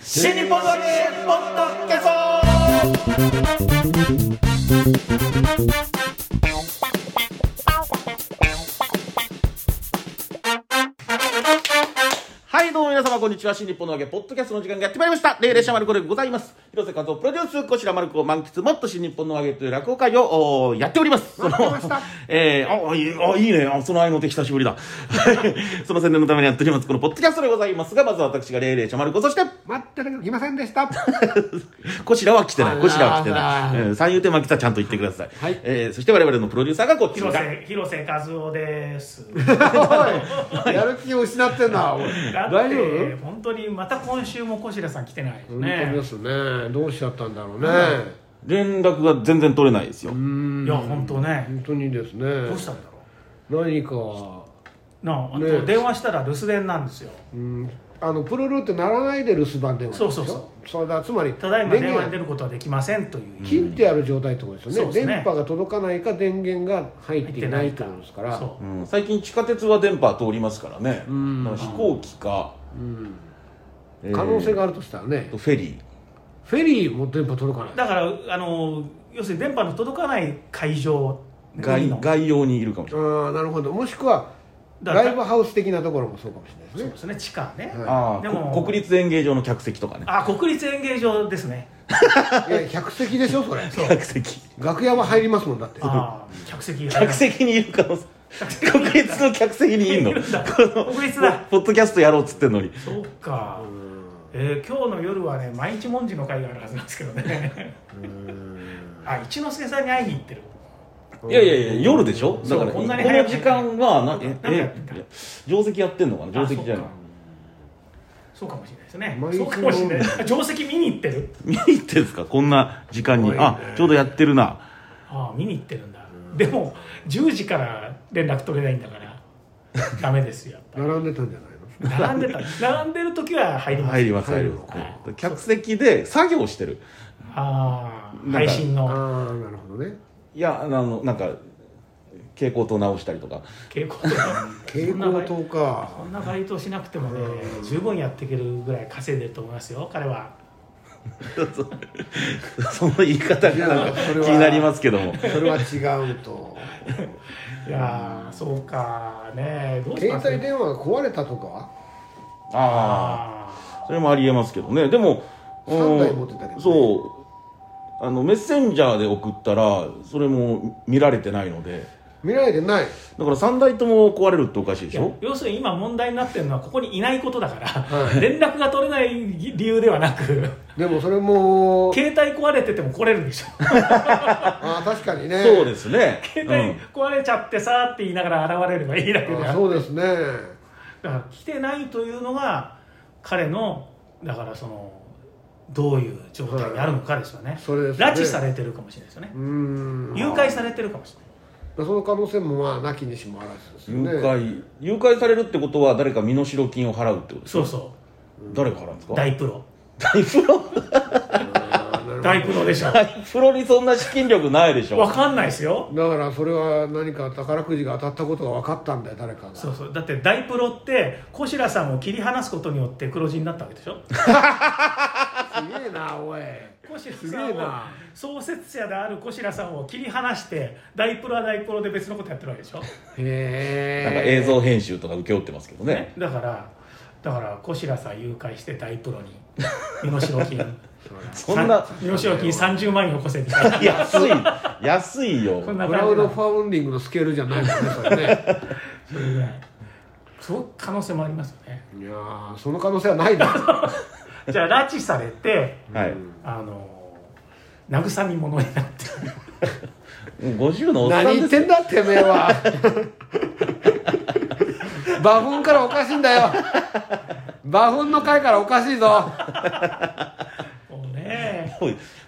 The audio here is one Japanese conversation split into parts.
新日本のゲーポッドキャストはい、どうも皆様、こんにちは。新日本のわけ、ポッドキャストの時間がやってまいりました。霊霊者マルコでございます。広瀬和夫プロデュース、こちらマルコを満喫、もっと新日本のわけという落語会をおーやっております。そのわかりましたえー、あ、いいあいいね。あその愛の手久しぶりだ。 その宣伝のためにやっております。このポッドキャストでございますが、まずは私が霊霊者マルコ、そして、待ってたけど来ませんでした。は こちらは来てない。こちらは来てあない。うん三遊亭マキタちゃんと言ってください。はいえーそして我々のプロデューサーがこっち広ら。瀬広瀬和夫です。いやる気を失ってんな。おいだっ大丈て夫本当にまた今週も小白さん来てないです本当ねで。すねどうしちゃったんだろうね、連絡が全然取れないですよ。いや本当ね。本当にですねどうしたんだろ何かう。なああねと電話したら留守電なんですよ。うんあのプルルってならないで留守番電話でしょそうそうそそれだつまりただいま電話に出電ることはできませんという。源切ってある状態ってことですよそねうですね電波が届かないか電源が入っていないってことですからそうう。ん最近地下鉄は電波通りますからね。んだから飛行機か、うんえー可能性があるとしたらね、フェリフェリーも電波届かないだからあの要するに電波の届かない会場ー、いい外の外洋にいるかもしれない。ああなるほどもしくはだからライブハウス的なところもそうかもしれないですそうねですね地下ね。はあいであ、もこ国立演芸場の客席とかね。あ国立演芸場ですね。いや100席でしょそ れ客席。楽屋は入りますもんだってあー客席客 席にいる可能性。国立の客席にいるの。この国立だポッドキャストやろうっつってんのに。そうか。えー今日の夜はね毎日文字の会があるはずなんですけどね。あ一之輔さんに会いに行ってる。いやいやいや、夜でしょだから、そうここんのなに早く時間は、なえ、なんかやってんだえ、定石やってんのかな定石じゃないあ。そうかそうかもしれないですね毎。日そうかもしれない。定石見に行ってる。見に行ってんですかこんな時間に。すごいねあ、ちょうどやってるな。ああ見に行ってるんだ。でも10時から連絡取れないんだからダメですよやっぱり。並んでたんじゃないの並んでた並んでる時は入ります。入ります、入ります。はい客席で作業してる。あなんあか配信のああなるほどねいや、あの、なんか、蛍光灯直したりとか。傾向とか。蛍光灯かこんなバイトしなくてもね十分やっていけるぐらい稼いでると思いますよ彼は。その言い方がなんかいやそ気れはになりますけども。それは違うといやーそうかねどうし携ます帯電話が壊れたとかはあああ、それもありえますけどね。でも、三台うん持ってたけどねそう。あの、メッセンジャーで送ったら、それも見られてないので。見られてないだから3台とも壊れるっておかしいでーいしやょ要するに今問題になってるのはここにいないことだから、はい連絡が取れない理由では なくでもそれも携帯壊れてても来れるんでしょああ確かにねそうですね。携帯壊れちゃってさーって言いながら現れればいいだけであだあかそうですねら来てないというのが彼のだからそのどういう状態にあるのかですよね,、それですね拉致されてるかもしれないですよねうーん誘拐されてるかもしれないその可能性もまあなきにしもあらずですうよん。ね誘拐、誘拐されるってことは誰か身代金を払うってことですそうそ誰が払うんですかう大プロ大プロああなるほど大プロでしょ 大プロにそんな資金力ないでしょわかんないですよだからそれは何か宝くじが当たったことが分かったんだよ誰かがそうそうだって大プロって小白さんを切り離すことによって黒字になったわけでしょすげえなおい小白すげさんえをな創設者である小白さんを切り離して大プロは大プロで別のことやってるわけでしょ、へえなんか映像編集とか請け負ってますけどねねだからだから小白さん誘拐して大プロに身代 金そんなさ身代金30万円よこせみ たいな安い安いよこんなク感じラウドなファウンディングのスケールじゃないもんねそれね それぐらいそう可能性もありますよねいやーその可能性はないだろじゃあ拉致されてはいあの慰み者になってもう50のおっさん何言ですってんだてめえは馬フンからおかしいんだよ馬フンの回からおかしいぞもうね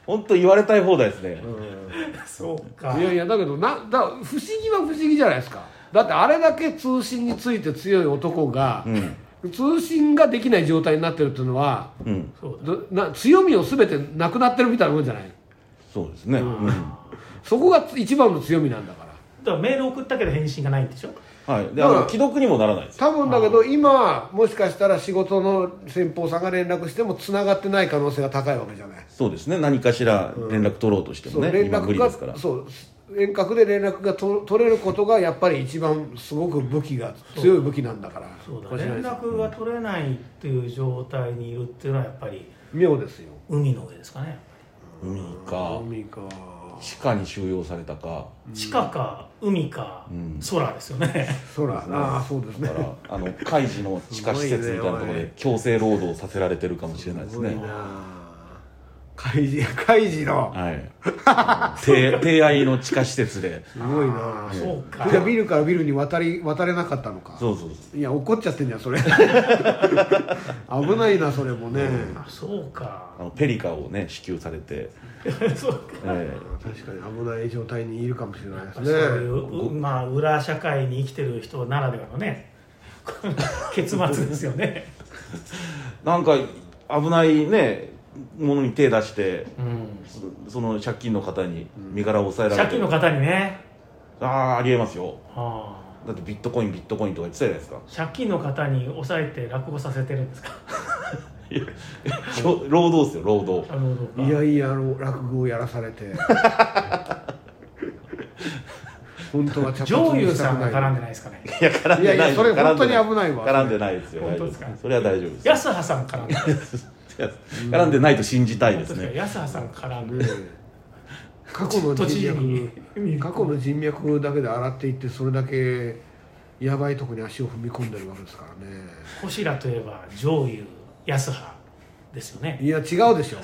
本当言われたい放題ですね、 そうかいやいやだけどなだ不思議は不思議じゃないですかだってあれだけ通信について強い男が、通信ができない状態になってるっていうのはうんそうだどな強みを全てなくなってるみたいなもんじゃないそうですね、うんはそこが一番の強みなんだからだからメール送ったけど返信がないんでしょはい、であのだから既読にもならないですよ多分だけど今もしかしたら仕事の先方さんが連絡してもつながってない可能性が高いわけじゃないそうですね何かしら連絡取ろうとしてそもう、ね、連今無絡理でがすからそう遠隔で連絡がと取れることがやっぱり一番すごく武器が強い武器なんだからそうだこちら連です絡が取れないっていう状態にいるっていうのはやっぱり妙ですよ海の上ですかね海か海か地下に収容されたか地下か海か空ですよね、そうだなそうですだねからあの海事の地下施設みたいなところで強制労働させられてるかもしれないですね開示開示のはい提提愛の地下施設ですごいなそうかじゃあビルからビルに渡り渡れなかったのかそうそうそういや怒っちゃってんじゃん それ危ないなそれもね、あ そうかあのペリカをね支給されて、そうかえ確かに危ない状態にいるかもしれないですそうねいう、うまあ、裏社会に生きてる人ならではの ね結末ですよね、えなんか危ないねものに手出してうん、そその借金の方に身柄を抑えられ借て、金の方にね、ああありえますよはあだってビットコインビットコインとか言ってたじゃないですか借金の方に抑えて落語させてるんですか 労働ですよ労働なるほどいやいやあの落語をやらされ て本当は茶上髪に優したさくんながい絡んでないですかねいや絡んいやでいなやいそれ絡んで本当に危ないわ絡んでないですよ本大当で丈すか夫それは大丈夫です安羽さん絡んでないいや 絡んでないと信じたいです本当ですかね安羽さん絡んでねえ過去の都知人事に脈過去の人脈だけで洗っていってそれだけやばいとこに足を踏み込んでるわけですからね小白といえば上優安羽ですよねいや違う でしょ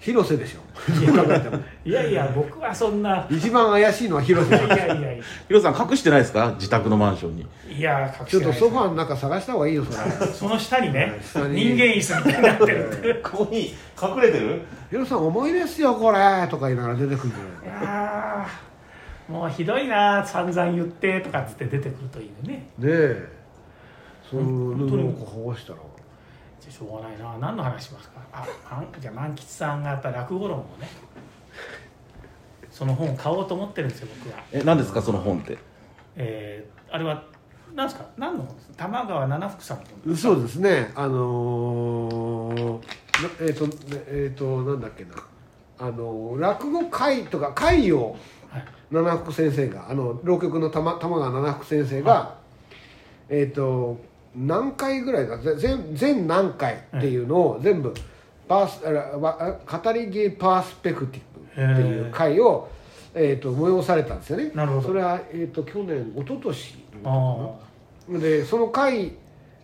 広瀬でしょどう考えてもいやいや僕はそんな一番怪しいのは広いや瀬いやいやいヒロさん隠してないですか自宅のマンションにやいや隠ちしょってとないですソファーの中探した方がいいよ それその下にね下に人間椅子みたいになってるっていうここに隠れてる広瀬さん重いですよこれとか言いながら出てくるんじゃないいやーもうひどいな散々言ってとかっつって出てくるといいねねえその本当布にをこう剥がしたらじゃあしょうがないな何の話しますかあまんじゃあ万吉さんがやっぱ落語論をねその本を買おうと思ってるんですよ僕はえ何ですかその本ってえーあれは何ですか何の本です玉川七福さんの本そうですねあのーなえっ、とねえっ、となんだっけなあのー落語会とか会をはい七福先生があの浪曲の玉玉川七福先生が、えっ、と何回ぐらいだぜ全全何回っていうのを全部パースあらわあ語り芸パースペクティブっていう会を、えー、と催されたんですよねなるほどそれは、えー、と去年一昨年あでその会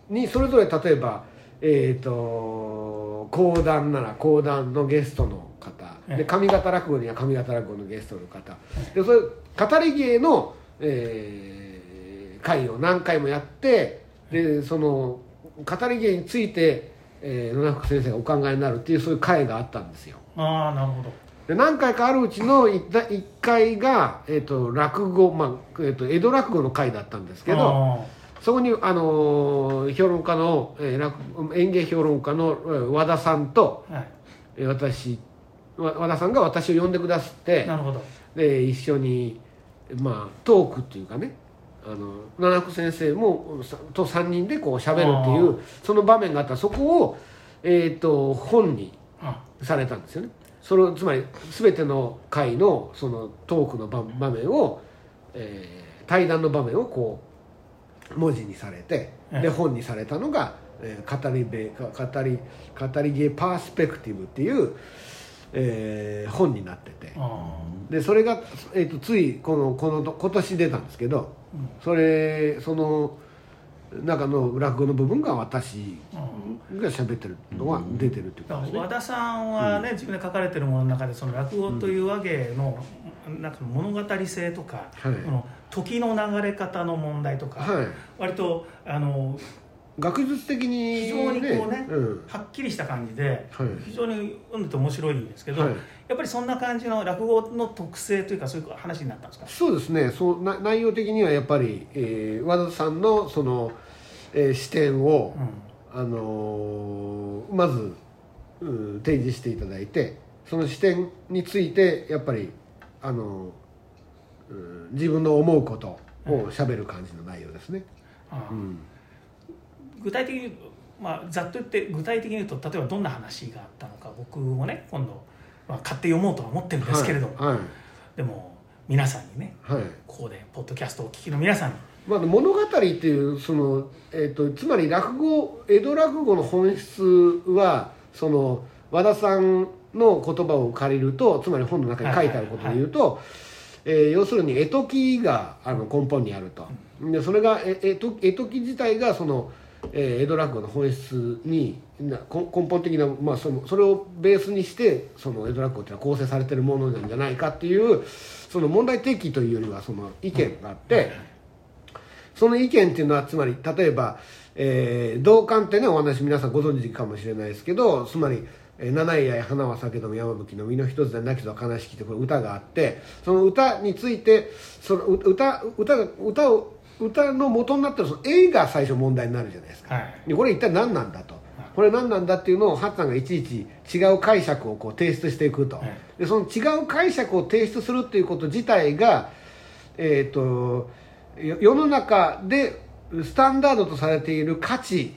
にそれぞれ例えばえっ、と講談なら講談のゲストの方ええで上方落語には上方落語のゲストの方でそれ語り芸の、えー会を何回もやってでその語り芸について、えー野中先生がお考えになるっていうそういう会があったんですよ。あああなるほどで何回かあるうちの 1, 回が、えー、と落語、まあえー、と江戸落語の会だったんですけど。あそこに、あのー評論家の、えー落演芸評論家のえー和田さんと、ーはいえー私わ和田さんが私を呼んでくださってなるほどで一緒に、まあ、トークっていうかねあの七福先生もさと3人でこう喋るっていうその場面があったらそこを、えー、と本にあされたんですよねそのつまり全ての回のそのトークの場場面を、えー対談の場面をこう文字にされてええで本にされたのが、えー語り部語り語り芸パースペクティブっていう、えー本になっててあでそれが、えー、とついこのこの今年出たんですけどうんそれその中の落語の部分が私ーうんが喋ってるのが出てるっていうだことかですらね和田さんはね、自分で書かれてるものの中でその落語という和芸の、なんか物語性とか、はいこの時の流れ方の問題とか、はい割とあの学術的に、ね、非常にこうねうん、はっきりした感じではい非常に読んでて面白いんですけど、はいやっぱりそんな感じの落語の特性というかそういう話になったんですかそうですねそうな内容的にはやっぱり、えー和田さんのその、えー視点を、あのーまず、うん提示していただいてその視点についてやっぱり、あのーうん自分の思うことうを喋る感じの内容ですね。あうあん具体的に言うと、まあ、ざっと言って具体的に言うと例えばどんな話があったのか僕もね今度、まあ、買って読もうとは思ってるんですけれども、はいでも皆さんにねはい。はいここでポッドキャストをお聞きの皆さんにまあ、物語っていうその、えっとつまり落語江戸落語の本質はその和田さんの言葉を借りるとつまり本の中に書いてあることで言うと、えー要するに絵解きがあの根本にあると、でそれがえ絵解絵解き自体がその、えー江戸落語の本質になこ根本的な、まあ、そのそれをベースにしてその江戸落語っていうのは構成されてるものなんじゃないかっていうその問題提起というよりはその意見があって。その意見っていうのはつまり例えば、えー同感ってねお話皆さんご存知かもしれないですけどつまり「えー七井や花は酒飲み山吹の実の一つでなきぞ悲しき」ってこれ歌があってその歌についてそのう歌歌が歌を歌の元になってるその絵が最初問題になるじゃないですか。はいでこれ一体何なんだとこれ何なんだっていうのをハッさんがいちいち違う解釈をこう提出していくと、はいでその違う解釈を提出するっていうこと自体が、えー、とよ世の中でスタンダードとされている価値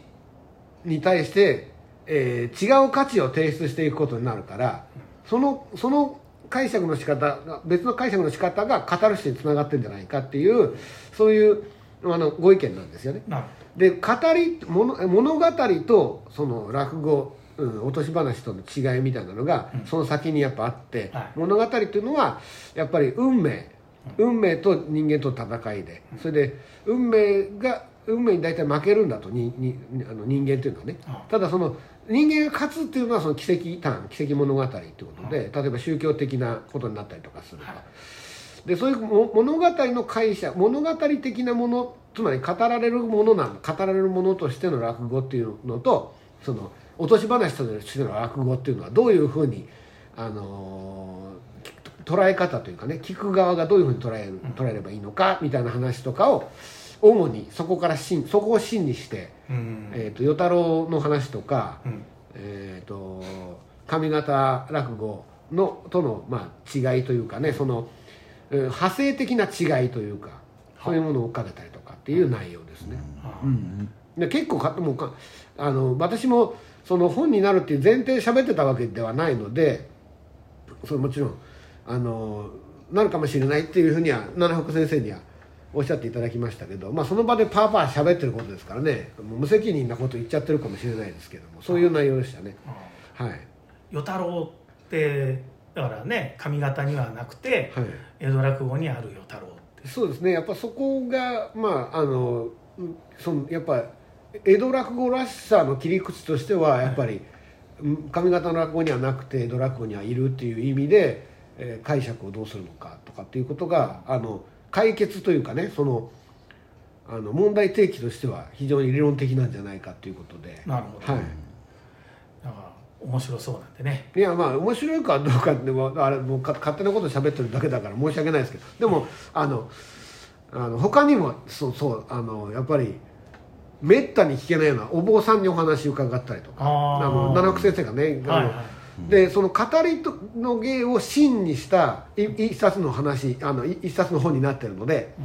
に対して、えー違う価値を提出していくことになるからそのその解釈の仕方が別の解釈の仕方がカタルシスにつながってるんじゃないかっていうそういうあのご意見なんですよね。なるほで語り物物語とその落語、うん、落とし話との違いみたいなのが、その先にやっぱあって、はい物語っていうのはやっぱり運命運命と人間との戦いで、それで運命が運命に大体負けるんだとににあの人間っていうのはね、はただその人間が勝つっていうのはその奇跡譚奇跡物語っていうことで、例えば宗教的なことになったりとかすると、はいでそういうも物語の解釈物語的なものつまり語られるものなの語られるものとしての落語っていうのとその落とし話としての落語っていうのはどういうふうに、あのーき捉え方というかね聞く側がどういうふうに捉える捉えればいいのかみたいな話とかを主にそこから真そこを真にして、どうんえー、と与太郎の話とか、うんえー、と上方落語のとの、まあ、違いというかねその、えー派生的な違いというかそういうものを追っかけたりとかっていう内容ですね。ああで結構かもうかあの私もその本になるっていう前提で喋ってたわけではないのでそれもちろんあのなるかもしれないっていうふうには七福先生にはおっしゃっていただきましたけど、まあ、その場でパーパー喋ってることですからねもう無責任なこと言っちゃってるかもしれないですけどもそういう内容でしたね。ああはい、与太郎ってだからね髪型にはなくてはい、江戸落語にある与太郎ってそうですねやっぱそこがまああのうんそのやっぱ江戸落語らしさの切り口としてはやっぱり、うん上方の落語にはなくて江戸落語にはいるっていう意味で、えー解釈をどうするのかとかっていうことがあの解決というかねそのあの問題提起としては非常に理論的なんじゃないかということで、なるほど、はい。だから面白そうなんでねいやまあ面白いかどうかでもあれもうか勝手なこと喋ってるだけだから申し訳ないですけどでもあのあの他にもそうそうあのやっぱりめったに聞けないようなお坊さんにお話伺ったりとかあーの七福先生がね、はいあのはでその語りとの芸を真にしたい一冊の話あのい一冊の本になってるので、ん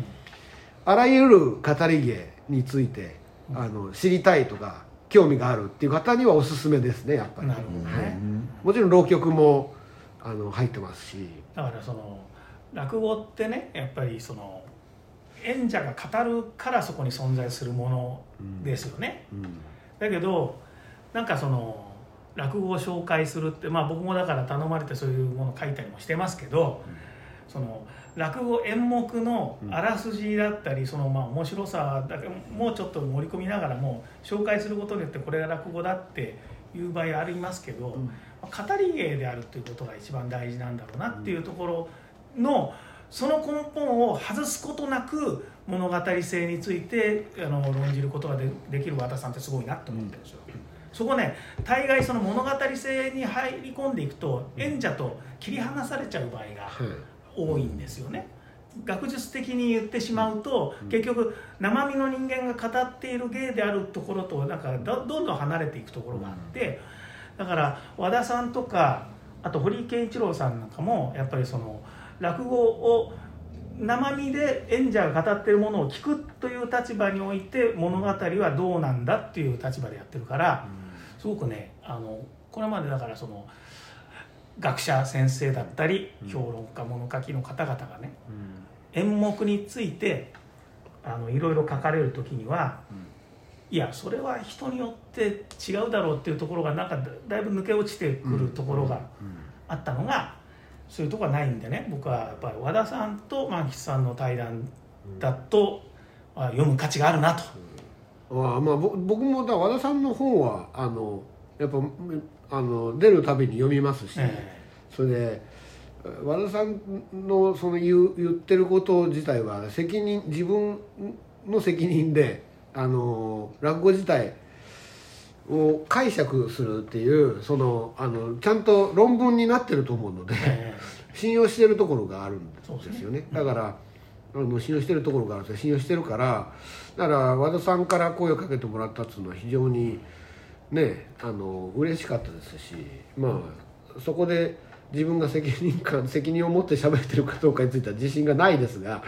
あらゆる語り芸についてあの知りたいとか興味があるっていう方にはおすすめですねやっぱり。なるほどね、はいもちろん浪曲もあの入ってますし、だからその落語ってねやっぱりその演者が語るからそこに存在するものですよね、だけどなんかその落語を紹介するってまあ僕もだから頼まれてそういうもの書いたりもしてますけど、その落語演目のあらすじだったり、そのまあ面白さだけもうちょっと盛り込みながらも紹介することによってこれが落語だっていう場合ありますけど、んまあ語り芸であるということが一番大事なんだろうなっていうところの、その根本を外すことなく物語性についてあの論じることがでできる和田さんってすごいなと思ってるんですよ。そこね大概その物語性に入り込んでいくと演者と切り離されちゃう場合がはい多いんですよね。学術的に言ってしまうと、結局生身の人間が語っている芸であるところとなんかどどんどん離れていくところがあって、だから和田さんとかあと堀井健一郎さんなんかもやっぱりその落語を生身で演者が語ってるものを聞くという立場において物語はどうなんだっていう立場でやってるからすごくねあのこれまでだからその学者先生だったり評論家物書きの方々がね演目についてあのいろいろ書かれる時には、いやそれは人によって違うだろうっていうところがなんかだだいぶ抜け落ちてくるところがあったのが、そういうところはないんでね僕はやっぱり和田さんと万吉さんの対談だと、あ読む価値があるなと、ああまあぼ僕もだから和田さんの本はあのやっぱあの出るたびに読みますし、えそれで和田さんのその言う言ってること自体は責任自分の責任であの落語自体を解釈するっていうそのあのちゃんと論文になってると思うのでええ信用してるところがあるんでそうですよねだから、あの信用してるところがあるんですよ信用してるからだから和田さんから声をかけてもらったっていうのは非常にねあの嬉しかったですしまあそこで自分が責任感責任を持って喋ってるかどうかについては自信がないですが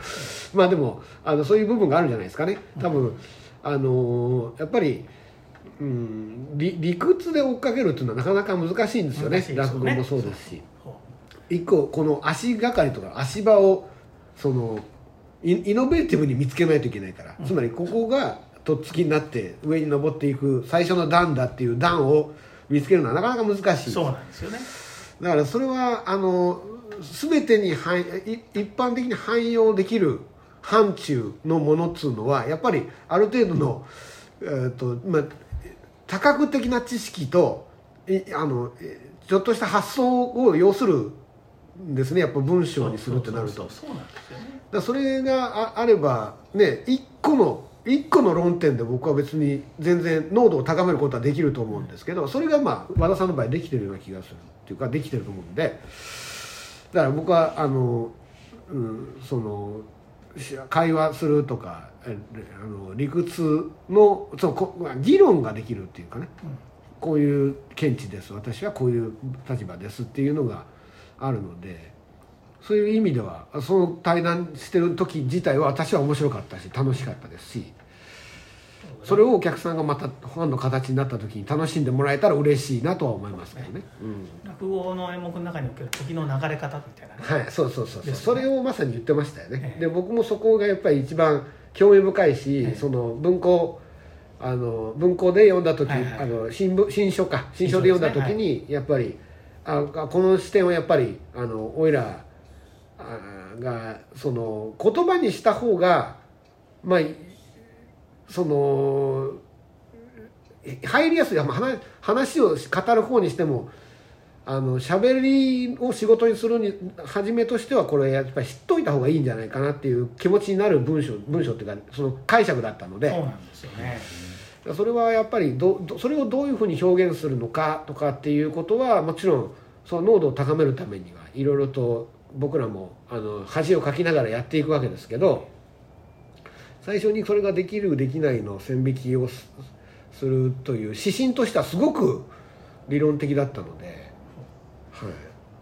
まあでもあのそういう部分があるんじゃないですかね多分、あのやっぱり。うん、理理屈で追っかけるっていうのはなかなか難しいんですよね難しいで落すよ語ねもそうですしそう一個この足がかりとか足場をそのイイノベーティブに見つけないといけないから、つまりここがとっつきになって上に登っていく最初の段だっていう段を見つけるのはなかなか難しいそうなんですよねだからそれはあの全てに汎い一般的に汎用できる範疇のものっつうのはやっぱりある程度の、えーとまあ、多角的な知識といあのえちょっとした発想を要するんですねやっぱ文章にするってなるとそうそうそうそうなんですよねだからそれがああればね一個の一個の論点で僕は別に全然濃度を高めることはできると思うんですけどそれがまあ和田さんの場合できてるような気がするっていうかできてると思うんでだから僕はあの、うん、そのし会話するとかえあの理屈のそうこ議論ができるっていうかね、こういう見地です私はこういう立場ですっていうのがあるので。そういう意味ではその対談してる時自体は私は面白かったし楽しかったですしそれをお客さんがまた本の形になった時に楽しんでもらえたら嬉しいなとは思いますけどね、うん、落語の演目の中における時の流れ方みたいなねはいそうそうそうそう、ですそねれをまさに言ってましたよね、ええで僕もそこがやっぱり一番興味深いし、ええその文庫あの文庫で読んだ時、はいはいあの新聞新書か新新書書でで読すんねだ時に、やっぱりああこの視点はやっぱりあのおいらあがその言葉にした方がまあいそのえ入りやすいまあ話話を語る方にしてもあの喋りを仕事にするにはじめとしてはこれやっぱり知っといた方がいいんじゃないかなっていう気持ちになる文章文章っていうかその解釈だったのそうでなんですよねそれはやっぱりどどそれをどういうふうに表現するのかとかっていうことはもちろんその濃度を高めるためにはいろいろと僕らもあの恥をかきながらやっていくわけですけど最初にそれができるできないの線引きをすするという指針としてはすごく理論的だったので、は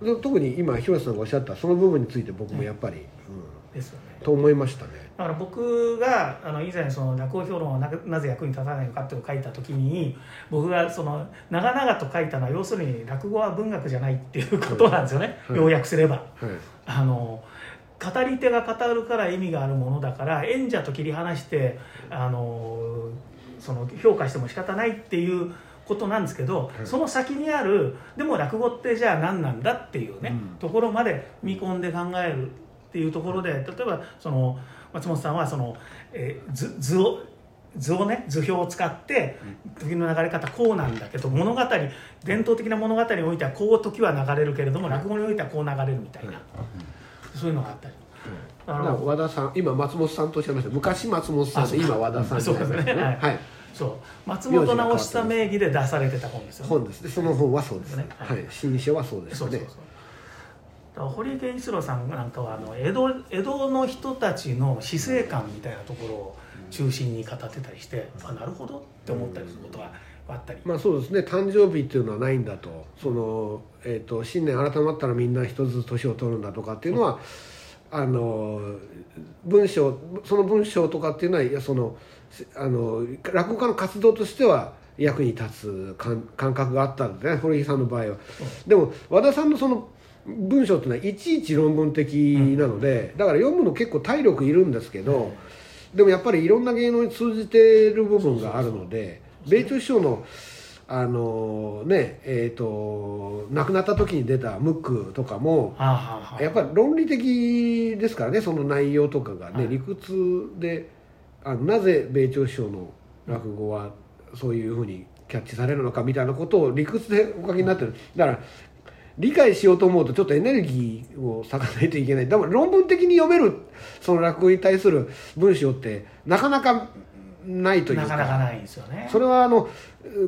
い、で特に今広瀬さんがおっしゃったその部分について僕もやっぱり、うですよねん、と思いましたね。だから僕があの以前その落語評論はななぜ役に立たないのかっていうのを書いた時に僕がその長々と書いたのは要するに落語は文学じゃないっていうことなんですよね、はい要約すれば。はいあの語り手が語るから意味があるものだから演者と切り離してあのその評価しても仕方ないっていうことなんですけど、いその先にあるでも落語ってじゃあ何なんだっていうね、ところまで見込んで考えるっていうところで例えばその松本さんはその、えー図図を図をね図表を使って時の流れ方こうなんだけど物語伝統的な物語においてはこう時は流れるけれども落語においてはこう流れるみたいな、そういうのがあったり。だだかからら和田さん今松本さんとおっしゃいました昔松本さんであそうか今和田さんじゃないそうですねはいはい、そう松本直久名義で出されてた本ですよね。本ですねその本はそうですね、ははいい、新書はそうですそうそうねそうだから堀井健一郎さんなんかはあの江戸江戸の人たちの死生観みたいなところを中心に語ってたりして、あなるほどって思ったりすることがあったり、まあそうですね誕生日っていうのはないんだとその、えー、と新年改まったらみんな一つずつ年を取るんだとかっていうのは、あの文章その文章とかっていうのはいやそのせあの落語家の活動としては役に立つ感感覚があったんですね堀井さんの場合は。でも和田さんのその文章っていうのはいちいち論文的なので、だから読むの結構体力いるんですけど、でもやっぱりいろんな芸能に通じてる部分があるので米朝師匠の。あのねえー、と亡くなった時に出た「ムック」とかもあはあはあやっぱり論理的ですからねその内容とかがね、理屈であのなぜ米朝首相の落語はそういうふうにキャッチされるのかみたいなことを理屈でお書きになってる、だから理解しようと思うとちょっとエネルギーを割かないといけないだから論文的に読めるその落語に対する文章ってなかなかないというなかなかないんですよねそれはあの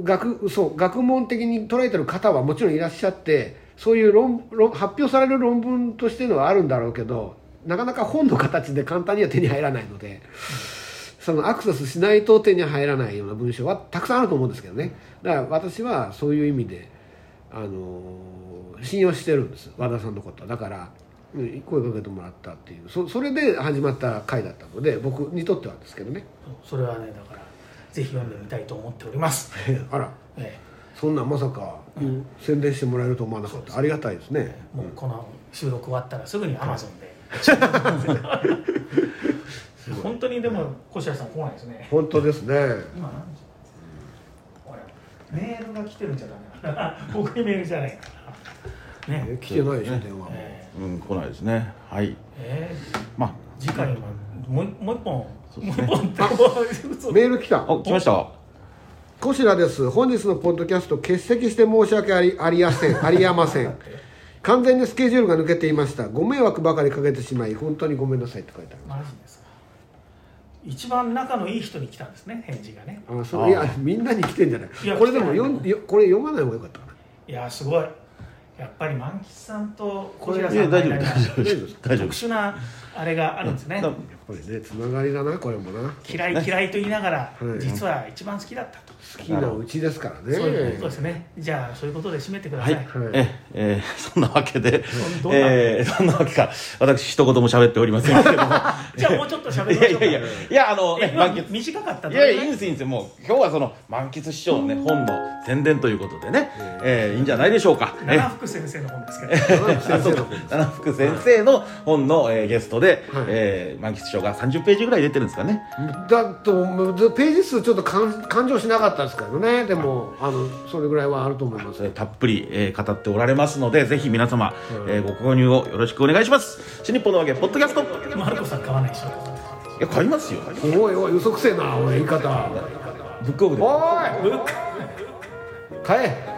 学そう学問的に捉えてる方はもちろんいらっしゃってそういう論論発表される論文としてのはあるんだろうけどなかなか本の形で簡単には手に入らないのでそのアクセスしないと手に入らないような文章はたくさんあると思うんですけどねだから私はそういう意味で、あの信用してるんです和田さんのことはだからうん声かけてもらったっていうそそれで始まった回だったので僕にとってはですけどねそれはねだからぜひ読んでみたいと思っております、あらえそんなまさか、宣伝してもらえると思わなかったありがたいですねえ、もうこの収録終わったらすぐに Amazon で、本当にでも越谷さん来ないですね本当ですね今何時これメールが来てるんじゃダメなの僕にメールじゃないからねえ来てないでしょね電話も、えうん、来ないですね。はい。えま次回はもうもう一本そうもでうすね一本って 嘘メール来たあ、お、来ました。こちらです本日のポッドキャスト欠席して申し訳ありありやせんありやません 完全にスケジュールが抜けていましたご迷惑ばかりかけてしまい本当にごめんなさいって書いてあるマジですか一番仲のいい人に来たんですね返事がねあそあういやみんなに来てんじゃないいやこれでも来てない読んよこれ読まない方がよかったかないやーすごいやっぱり満喫さんと小いや、平さん大丈夫の間にではす。大丈夫です。大丈夫特です。殊なあれがあるんですねだやっぱりねつながりだなこれもな嫌い嫌いと言いながらはい実は一番好きだったと好きなうちですからねそういうことですねじゃあそういうことで締めてくだはさい、いえ、えーそんなわけで、どんなえーそんなわけか、私一言も喋っておりませんけども、じゃあもうちょっと喋りいまやしいうやょかいや、いや、あの、ね、え満今喫。短かったいとやいや、いいんです、いいんですもう、今日はその、満喫師匠のね、本の宣伝ということでね、えーいいんじゃないでしょうか。え七福先生の本ですけど あそうか七福先生の本の、えーゲストで、はいえー満喫師匠が30ページぐらい出てるんですかねだと思うページ数ちょっと感感情しなかったですけどねでもあのそれぐらいはあると思いますえーたっぷり、えー語っておられますのでぜひ皆様、えーご購入をよろしくお願いします新日本のわけポッドキャストいマルコさん買わないでしょや買いますよブおいおい嘘くせえなおい言い方ックオフでおいブック買え